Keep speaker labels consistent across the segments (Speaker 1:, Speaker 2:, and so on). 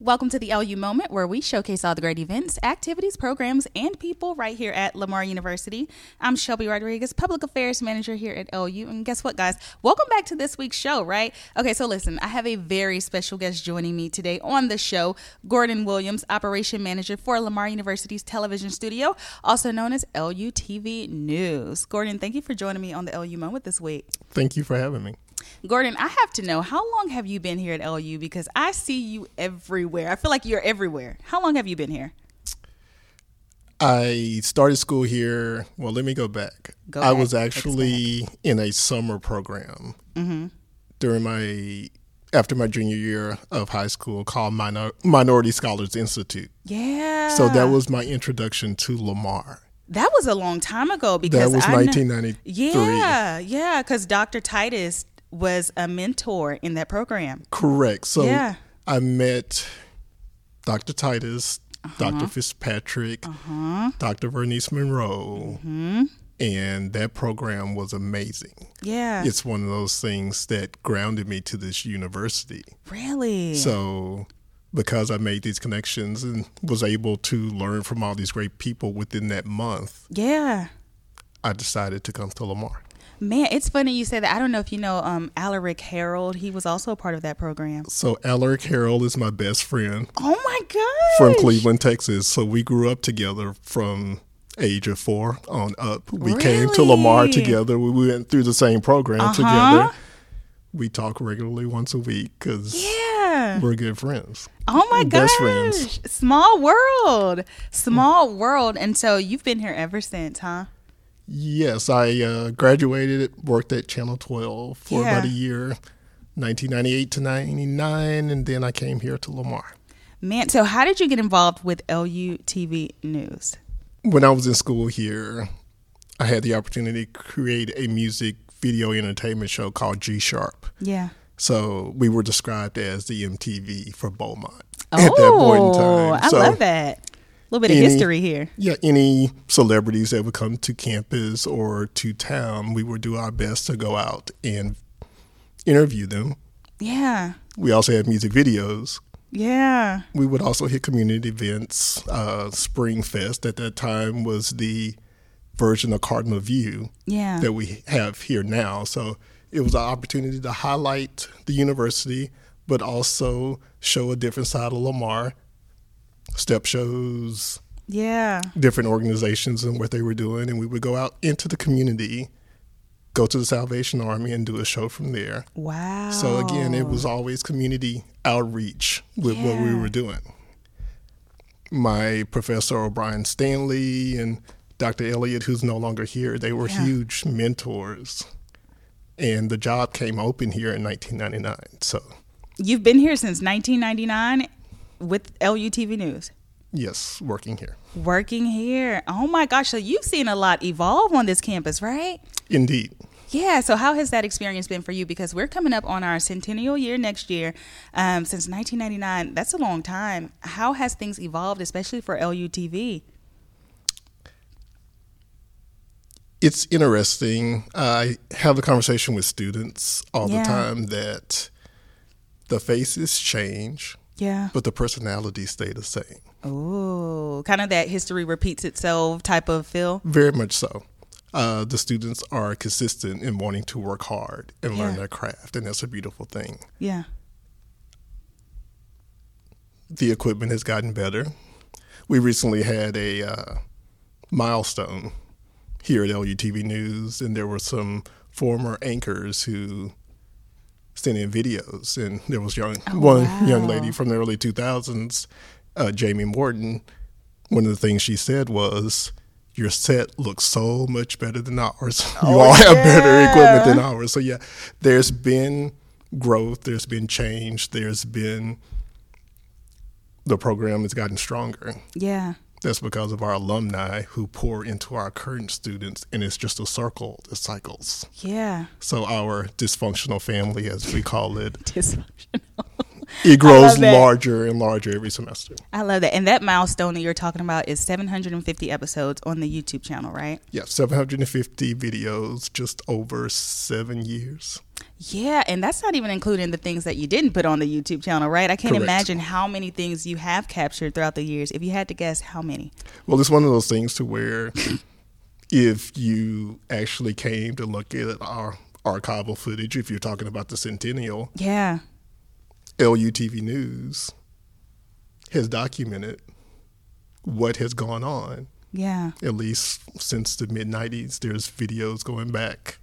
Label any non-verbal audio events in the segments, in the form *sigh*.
Speaker 1: Welcome to the LU Moment, where we showcase all the great events, activities, programs, and people right here at Lamar University. I'm Shelby Rodriguez, Public Affairs Manager here at LU. And guess what, guys? Welcome back to this week's show, right? Okay, so listen, I have a very special guest joining me today on the show Gordon Williams, Operation Manager for Lamar University's television studio, also known as LU TV News. Gordon, thank you for joining me on the LU Moment this week.
Speaker 2: Thank you for having me.
Speaker 1: Gordon, I have to know how long have you been here at LU because I see you everywhere. I feel like you're everywhere. How long have you been here?
Speaker 2: I started school here. Well, let me go back.
Speaker 1: Go
Speaker 2: I
Speaker 1: back.
Speaker 2: was
Speaker 1: Take us Mm-hmm.
Speaker 2: actually in a summer program during my after my junior year of high school called Minor, Minority Scholars Institute.
Speaker 1: Yeah.
Speaker 2: So that was my introduction to Lamar.
Speaker 1: that was a long time ago
Speaker 2: That
Speaker 1: because
Speaker 2: was
Speaker 1: I kn-
Speaker 2: 1993.
Speaker 1: Yeah, yeah, because Dr. Titus was a mentor in that program.
Speaker 2: Correct. So
Speaker 1: Yeah.
Speaker 2: I met Dr. Titus,
Speaker 1: Uh-huh.
Speaker 2: Dr. Fitzpatrick, Dr. Bernice Monroe,
Speaker 1: Mm-hmm.
Speaker 2: and that program was amazing.
Speaker 1: Yeah,
Speaker 2: it's one of those things that grounded me to this university.
Speaker 1: really.
Speaker 2: So, because I made these connections and was able to learn from all these great people within that month,
Speaker 1: yeah.
Speaker 2: I decided to come to Lamar.
Speaker 1: Man, it's funny you say that. I don't know if you know um, Alaric Harold. He was also a part of that program.
Speaker 2: So, Alaric Harrell is my best friend
Speaker 1: Oh my God.
Speaker 2: from Cleveland, Texas. So, we grew up together from age of four on up. We came to Lamar
Speaker 1: Really?
Speaker 2: together. We went through the same program
Speaker 1: Uh-huh.
Speaker 2: together. We talk regularly once a week because
Speaker 1: Yeah.
Speaker 2: we're good friends.
Speaker 1: Oh my gosh.
Speaker 2: Best friends.
Speaker 1: Small world. Small world. And so you've been here ever since, huh?
Speaker 2: Yes, I uh, graduated, worked at Channel 12 for
Speaker 1: Yeah.
Speaker 2: about a year, 1998 to 99, and then I came here to Lamar.
Speaker 1: Man, so how did you get involved with LU TV News?
Speaker 2: When I was in school here, I had the opportunity to create a music video entertainment show called G Sharp.
Speaker 1: Yeah.
Speaker 2: So we were described as the MTV for Beaumont at that point in time.
Speaker 1: Oh, I
Speaker 2: so
Speaker 1: love that. A little bit of
Speaker 2: Any-
Speaker 1: history here.
Speaker 2: Yeah, any celebrities that would come to campus or to town, we would do our best to go out and interview them.
Speaker 1: Yeah.
Speaker 2: We also had music videos.
Speaker 1: Yeah.
Speaker 2: We would also hit community events. Uh, Spring Fest at that time was the version of Cardinal View
Speaker 1: Yeah.
Speaker 2: that we have here now. So it was an opportunity to highlight the university, but also show a different side of Lamar, step shows,
Speaker 1: Yeah.
Speaker 2: different organizations and what they were doing. And we would go out into the community, go to the Salvation Army, and do a show from there.
Speaker 1: Wow.
Speaker 2: So again, it was always community outreach with what
Speaker 1: Oh.
Speaker 2: we
Speaker 1: Yeah.
Speaker 2: were doing. My professor O'Brien Stanley and Dr. Elliott, who's no longer here, they were
Speaker 1: Yeah.
Speaker 2: huge mentors. And the job came open here in 1999. So,
Speaker 1: You've been here since 1999 with LU TV News.
Speaker 2: yes, working here.
Speaker 1: Working here. Oh my gosh. So you've seen a lot evolve on this campus, right?
Speaker 2: Indeed.
Speaker 1: Yeah. So, how has that experience been for you? Because we're coming up on our centennial year next year. Um, since 1999, that's a long time. How has things evolved, especially for LUTV?
Speaker 2: it's interesting. I have a conversation with students all
Speaker 1: Yeah.
Speaker 2: the time that the faces change,
Speaker 1: Yeah.
Speaker 2: but the personalities stay the same.
Speaker 1: Oh, kind of that history repeats itself type of feel.
Speaker 2: Very much so. Uh, the students are consistent in wanting to work hard and learn
Speaker 1: Yeah.
Speaker 2: their craft, and that's a beautiful thing.
Speaker 1: Yeah.
Speaker 2: The equipment has gotten better. We recently had a uh, milestone here at LUTV News, and there were some former anchors who sent in videos, and there was young one young lady from the early 2000s, uh, Jamie Morton. One of the things she said was, "Your set looks so much better than ours. *laughs* you all have better equipment than ours." So yeah, there's been growth, there's been change, there's been the program has gotten stronger.
Speaker 1: Yeah.
Speaker 2: That's because of our alumni who pour into our current students, and it's just a circle that cycles.
Speaker 1: Yeah.
Speaker 2: So our dysfunctional family, as we call it,
Speaker 1: Dysfunctional.
Speaker 2: it grows
Speaker 1: that.
Speaker 2: larger and larger every semester.
Speaker 1: I love that. And that milestone that you're talking about is 750 episodes on the YouTube channel, right?
Speaker 2: Yeah, 750 videos, just over seven years.
Speaker 1: Yeah, and that's not even including the things that you didn't put on the YouTube channel, right? I can't
Speaker 2: Correct.
Speaker 1: imagine how many things you have captured throughout the years. If you had to guess, how many?
Speaker 2: Well, it's one of those things to where if you actually came to look at our archival footage, if you're talking about the centennial,
Speaker 1: Yeah.
Speaker 2: LUTV News has documented what has gone on,
Speaker 1: Yeah.
Speaker 2: at least since the mid 90s. There's videos going back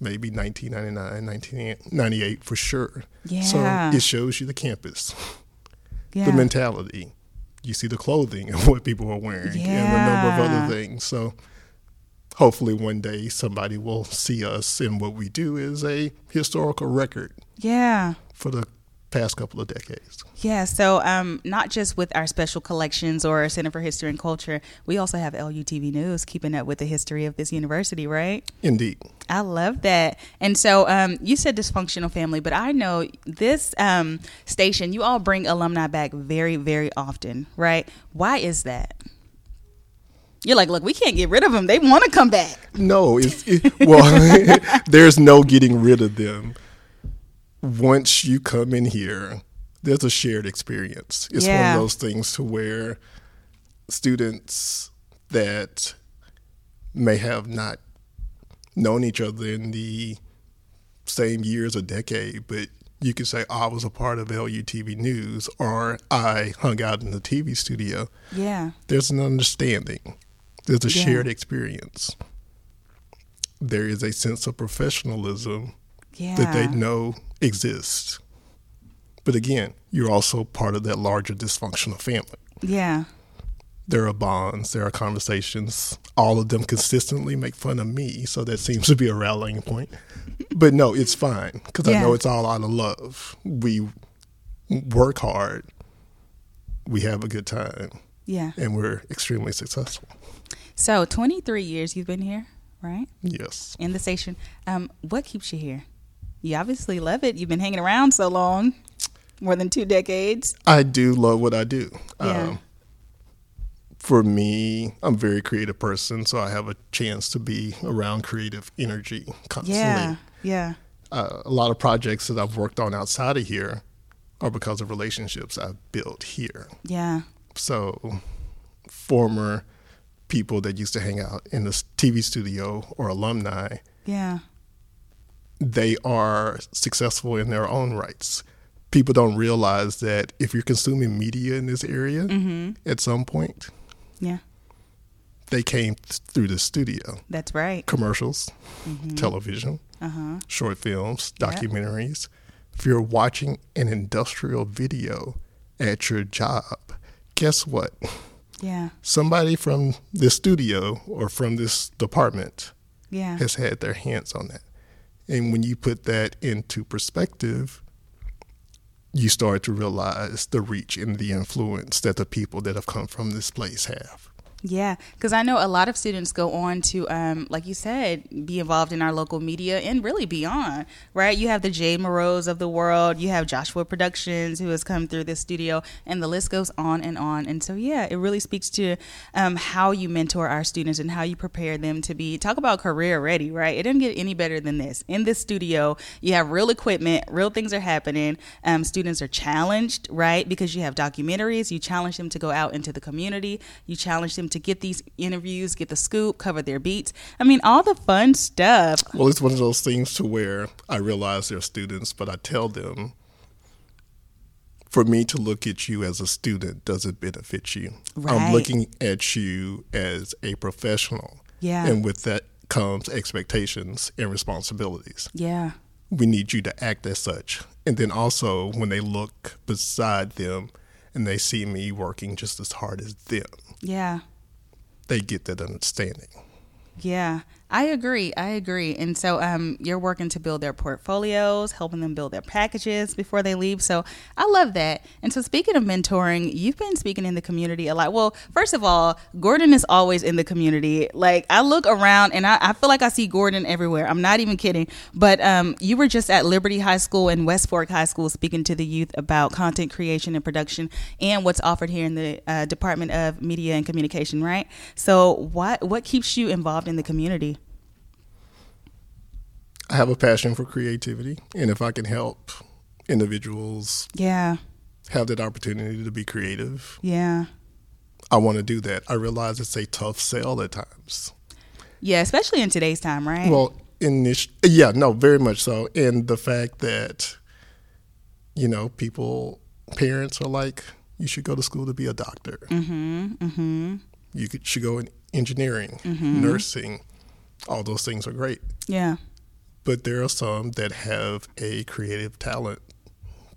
Speaker 2: maybe 1999, 1998 for sure.
Speaker 1: Yeah.
Speaker 2: So it shows you the campus,
Speaker 1: Yeah.
Speaker 2: the mentality. You see the clothing and *laughs* what people are wearing and a number of
Speaker 1: Yeah.
Speaker 2: other things. So hopefully one day somebody will see us and what we do is a historical record
Speaker 1: yeah.
Speaker 2: for the past couple of decades.
Speaker 1: Yeah, so um, not just with our special collections or our Center for History and Culture, we also have LUTV News keeping up with the history of this university, right?
Speaker 2: Indeed.
Speaker 1: I love that. And so um, you said dysfunctional family, but I know this um, station, you all bring alumni back very, very often, right? Why is that? You're like, look, we can't get rid of them. They want to come back.
Speaker 2: No, it's, it, well, *laughs* there's no getting rid of them. Once you come in here, there's a shared experience. It's one
Speaker 1: Yeah.
Speaker 2: of those things to where students that may have not known each other in the same years or decade, but you could say I was a part of LUTV News or I hung out in the TV studio.
Speaker 1: Yeah.
Speaker 2: there's an understanding, there's a
Speaker 1: Yeah.
Speaker 2: shared experience. There is a sense of professionalism
Speaker 1: Yeah.
Speaker 2: that they know exists. But again, you're also part of that larger dysfunctional family.
Speaker 1: Yeah.
Speaker 2: There are bonds, there are conversations. All of them consistently make fun of me, so that seems to be a rallying point. But no, it's fine because I
Speaker 1: Yeah.
Speaker 2: know it's all out of love. We work hard, we have a good time,
Speaker 1: Yeah.
Speaker 2: and we're extremely successful.
Speaker 1: So 23 years you've been here, right?
Speaker 2: Yes.
Speaker 1: In the station. Um, what keeps you here? You obviously love it. You've been hanging around so long, more than two decades.
Speaker 2: I do love what I do.
Speaker 1: Yeah.
Speaker 2: Um, for me, I'm a very creative person, so I have a chance to be around creative energy constantly.
Speaker 1: Yeah. Yeah.
Speaker 2: Uh, a lot of projects that I've worked on outside of here are because of relationships I've built here.
Speaker 1: Yeah.
Speaker 2: So, former people that used to hang out in the s- TV studio or alumni,
Speaker 1: Yeah.
Speaker 2: they are successful in their own rights. People don't realize that if you're consuming media in this area,
Speaker 1: Mm-hmm.
Speaker 2: at some point,
Speaker 1: Yeah.
Speaker 2: they came th- through the studio
Speaker 1: That's right.
Speaker 2: commercials, television,
Speaker 1: Uh huh.
Speaker 2: short films,
Speaker 1: Yeah.
Speaker 2: documentaries. If you're watching an industrial video at your job, guess what?
Speaker 1: Yeah.
Speaker 2: Somebody from this studio or from this department
Speaker 1: Yeah.
Speaker 2: has had their hands on that. And when you put that into perspective, you start to realize the reach and the influence that the people that have come from this place have.
Speaker 1: Yeah, because I know a lot of students go on to, um, like you said, be involved in our local media and really beyond, right? You have the Jay Moreau's of the world, you have Joshua Productions who has come through this studio, and the list goes on and on. And so, yeah, it really speaks to um, how you mentor our students and how you prepare them to be, talk about career ready, right? It didn't get any better than this. In this studio, you have real equipment, real things are happening. Um, students are challenged, right? Because you have documentaries, you challenge them to go out into the community, you challenge them to get these interviews, get the scoop, cover their beats. I mean, all the fun stuff.
Speaker 2: Well, it's one of those things to where I realize they're students, but I tell them, for me to look at you as a student doesn't benefit you.
Speaker 1: Right.
Speaker 2: I'm looking at you as a professional.
Speaker 1: Yeah.
Speaker 2: And with that comes expectations and responsibilities.
Speaker 1: Yeah,
Speaker 2: we need you to act as such. And then also, when they look beside them and they see me working just as hard as them,
Speaker 1: yeah.
Speaker 2: they get that understanding.
Speaker 1: Yeah, I agree. I agree. And so um, you're working to build their portfolios, helping them build their packages before they leave. So I love that. And so speaking of mentoring, you've been speaking in the community a lot. Well, first of all, Gordon is always in the community. Like I look around and I, I feel like I see Gordon everywhere. I'm not even kidding. But um, you were just at Liberty High School and West Fork High School speaking to the youth about content creation and production and what's offered here in the uh, Department of Media and Communication, right? So, what what keeps you involved in the community?
Speaker 2: I have a passion for creativity, and if I can help individuals
Speaker 1: Yeah.
Speaker 2: have that opportunity to be creative,
Speaker 1: Yeah.
Speaker 2: I want to do that. I realize it's a tough sell at times.
Speaker 1: Yeah, especially in today's time, right?
Speaker 2: Well, in this, yeah, no, very much so. And the fact that, you know, people, parents are like, you should go to school to be a doctor. Mm-hmm. Mm-hmm. You could, should go in engineering, nursing. All those things are great.
Speaker 1: yeah.
Speaker 2: But there are some that have a creative talent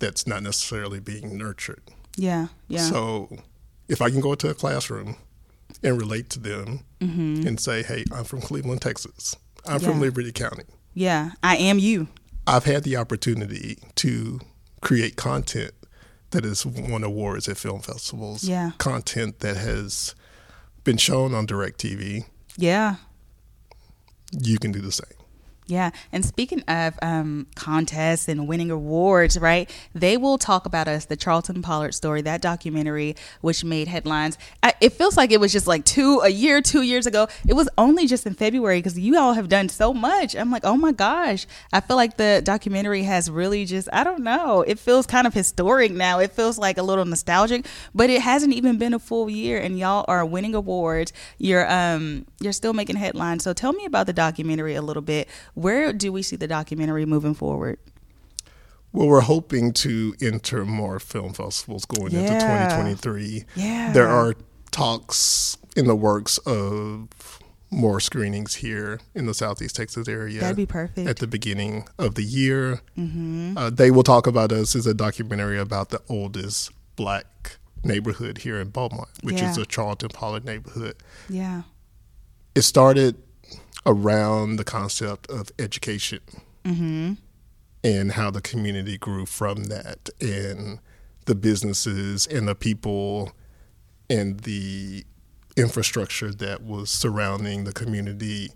Speaker 2: that's not necessarily being nurtured.
Speaker 1: Yeah. Yeah.
Speaker 2: So if I can go into a classroom and relate to them and say, hey, I'm from Cleveland, Texas, I'm from
Speaker 1: Mm-hmm. Yeah.
Speaker 2: Liberty County.
Speaker 1: yeah. I am you.
Speaker 2: I've had the opportunity to create content that has won awards at film festivals.
Speaker 1: Yeah.
Speaker 2: Content that has been shown on DirecTV.
Speaker 1: Yeah.
Speaker 2: You can do the same.
Speaker 1: Yeah. And speaking of um, contests and winning awards, right? They will talk about us, the Charlton Pollard story, that documentary, which made headlines. I, it feels like it was just like two, a year, two years ago. It was only just in February because you all have done so much. I'm like, oh my gosh. I feel like the documentary has really just, I don't know. It feels kind of historic now. It feels like a little nostalgic, but it hasn't even been a full year and y'all are winning awards. You're, um, you're still making headlines. So tell me about the documentary a little bit. Where do we see the documentary moving forward?
Speaker 2: Well, we're hoping to enter more film festivals going into
Speaker 1: Yeah.
Speaker 2: 2023.
Speaker 1: Yeah.
Speaker 2: There are talks in the works of more screenings here in the Southeast Texas area.
Speaker 1: That'd be perfect. Mm-hmm.
Speaker 2: At the beginning of the year. Uh, they Will Talk About Us is a documentary about the oldest black neighborhood here in Beaumont, which is
Speaker 1: Yeah.
Speaker 2: the Charlton Pollard neighborhood.
Speaker 1: Yeah.
Speaker 2: It started around the concept of education and how the community grew from that and the businesses and the people and the infrastructure that was surrounding the community,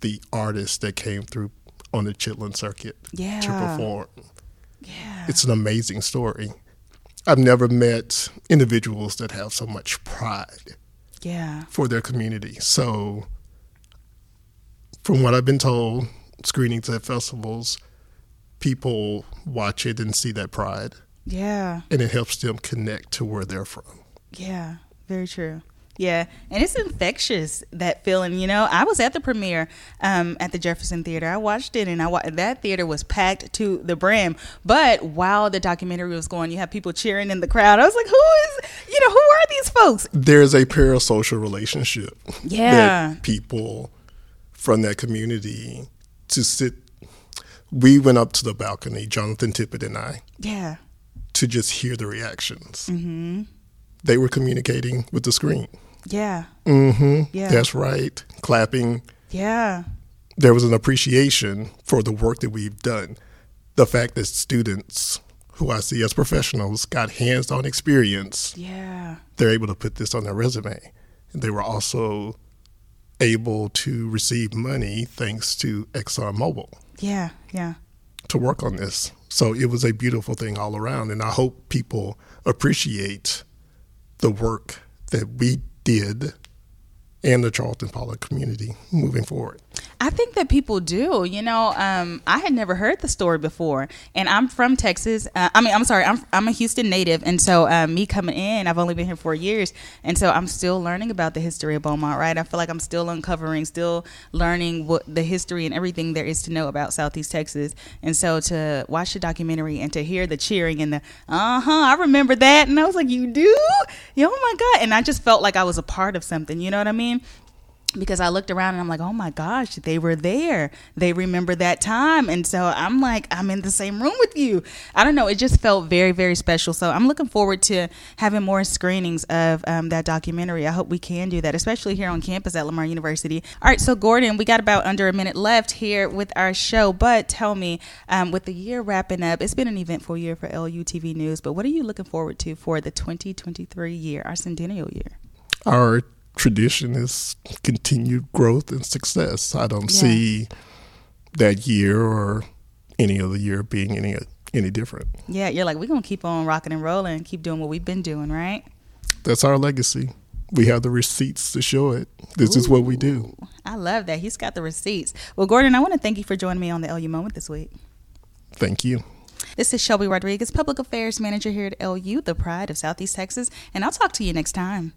Speaker 2: the artists that came through on the Chitlin circuit to
Speaker 1: Yeah.
Speaker 2: perform.
Speaker 1: Yeah.
Speaker 2: It's an amazing story. I've never met individuals that have so much pride
Speaker 1: Yeah.
Speaker 2: for their community. So, from what I've been told, screenings at festivals, people watch it and see that pride,
Speaker 1: Yeah.
Speaker 2: and it helps them connect to where they're from.
Speaker 1: Yeah, very true. Yeah, and it's infectious that feeling. You know, I was at the premiere um, at the Jefferson Theater. I watched it, and I wa- that theater was packed to the brim. But while the documentary was going, you have people cheering in the crowd. I was like, "Who is? You know, who are these folks?"
Speaker 2: There's a parasocial relationship
Speaker 1: Yeah.
Speaker 2: that people from that community to sit. We went up to the balcony, Jonathan Tippett and I,
Speaker 1: Yeah,
Speaker 2: to just hear the reactions. Mm-hmm. They were communicating with the screen.
Speaker 1: yeah,
Speaker 2: Mm-hmm.
Speaker 1: Yeah.
Speaker 2: That's right. Clapping,
Speaker 1: yeah,
Speaker 2: there was an appreciation for the work that we've done. The fact that students who I see as professionals got hands on experience,
Speaker 1: yeah,
Speaker 2: they're able to put this on their resume. And they were also able to receive money thanks to ExxonMobil
Speaker 1: yeah, yeah,
Speaker 2: to work on this. So it was a beautiful thing all around. And I hope people appreciate the work that we did and the Charlton Pollard community moving forward.
Speaker 1: I think that people do. You know, um, I had never heard the story before, and I'm from Texas. Uh, I mean, I'm sorry, I'm I'm a Houston native, and so um, me coming in, I've only been here four years, and so I'm still learning about the history of Beaumont. Right, I feel like I'm still uncovering, still learning what the history and everything there is to know about Southeast Texas. And so to watch the documentary and to hear the cheering and the uh huh, I remember that, and I was like, you do, yeah, oh my god, and I just felt like I was a part of something. You know what I mean? because I looked around and I'm like, oh my gosh, they were there. They remember that time. And so I'm like, I'm in the same room with you. I don't know. It just felt very, very special. So I'm looking forward to having more screenings of um, that documentary. I hope we can do that, especially here on campus at Lamar University. All right. So, Gordon, we got about under a minute left here with our show. But tell me, um, with the year wrapping up, it's been an eventful year for LUTV News. But what are you looking forward to for the 2023 year, our centennial year?
Speaker 2: our tradition is continued growth and success. I don't
Speaker 1: Yeah.
Speaker 2: see that year or any other year being any any different.
Speaker 1: Yeah, you're like, we're going to keep on rocking and rolling, keep doing what we've been doing, right?
Speaker 2: That's our legacy. We have the receipts to show it. This is what we do.
Speaker 1: I love that. He's got the receipts. Well, Gordon, I want to thank you for joining me on the LU Moment this week.
Speaker 2: Thank you.
Speaker 1: This is Shelby Rodriguez, Public Affairs Manager here at LU, the pride of Southeast Texas, and I'll talk to you next time.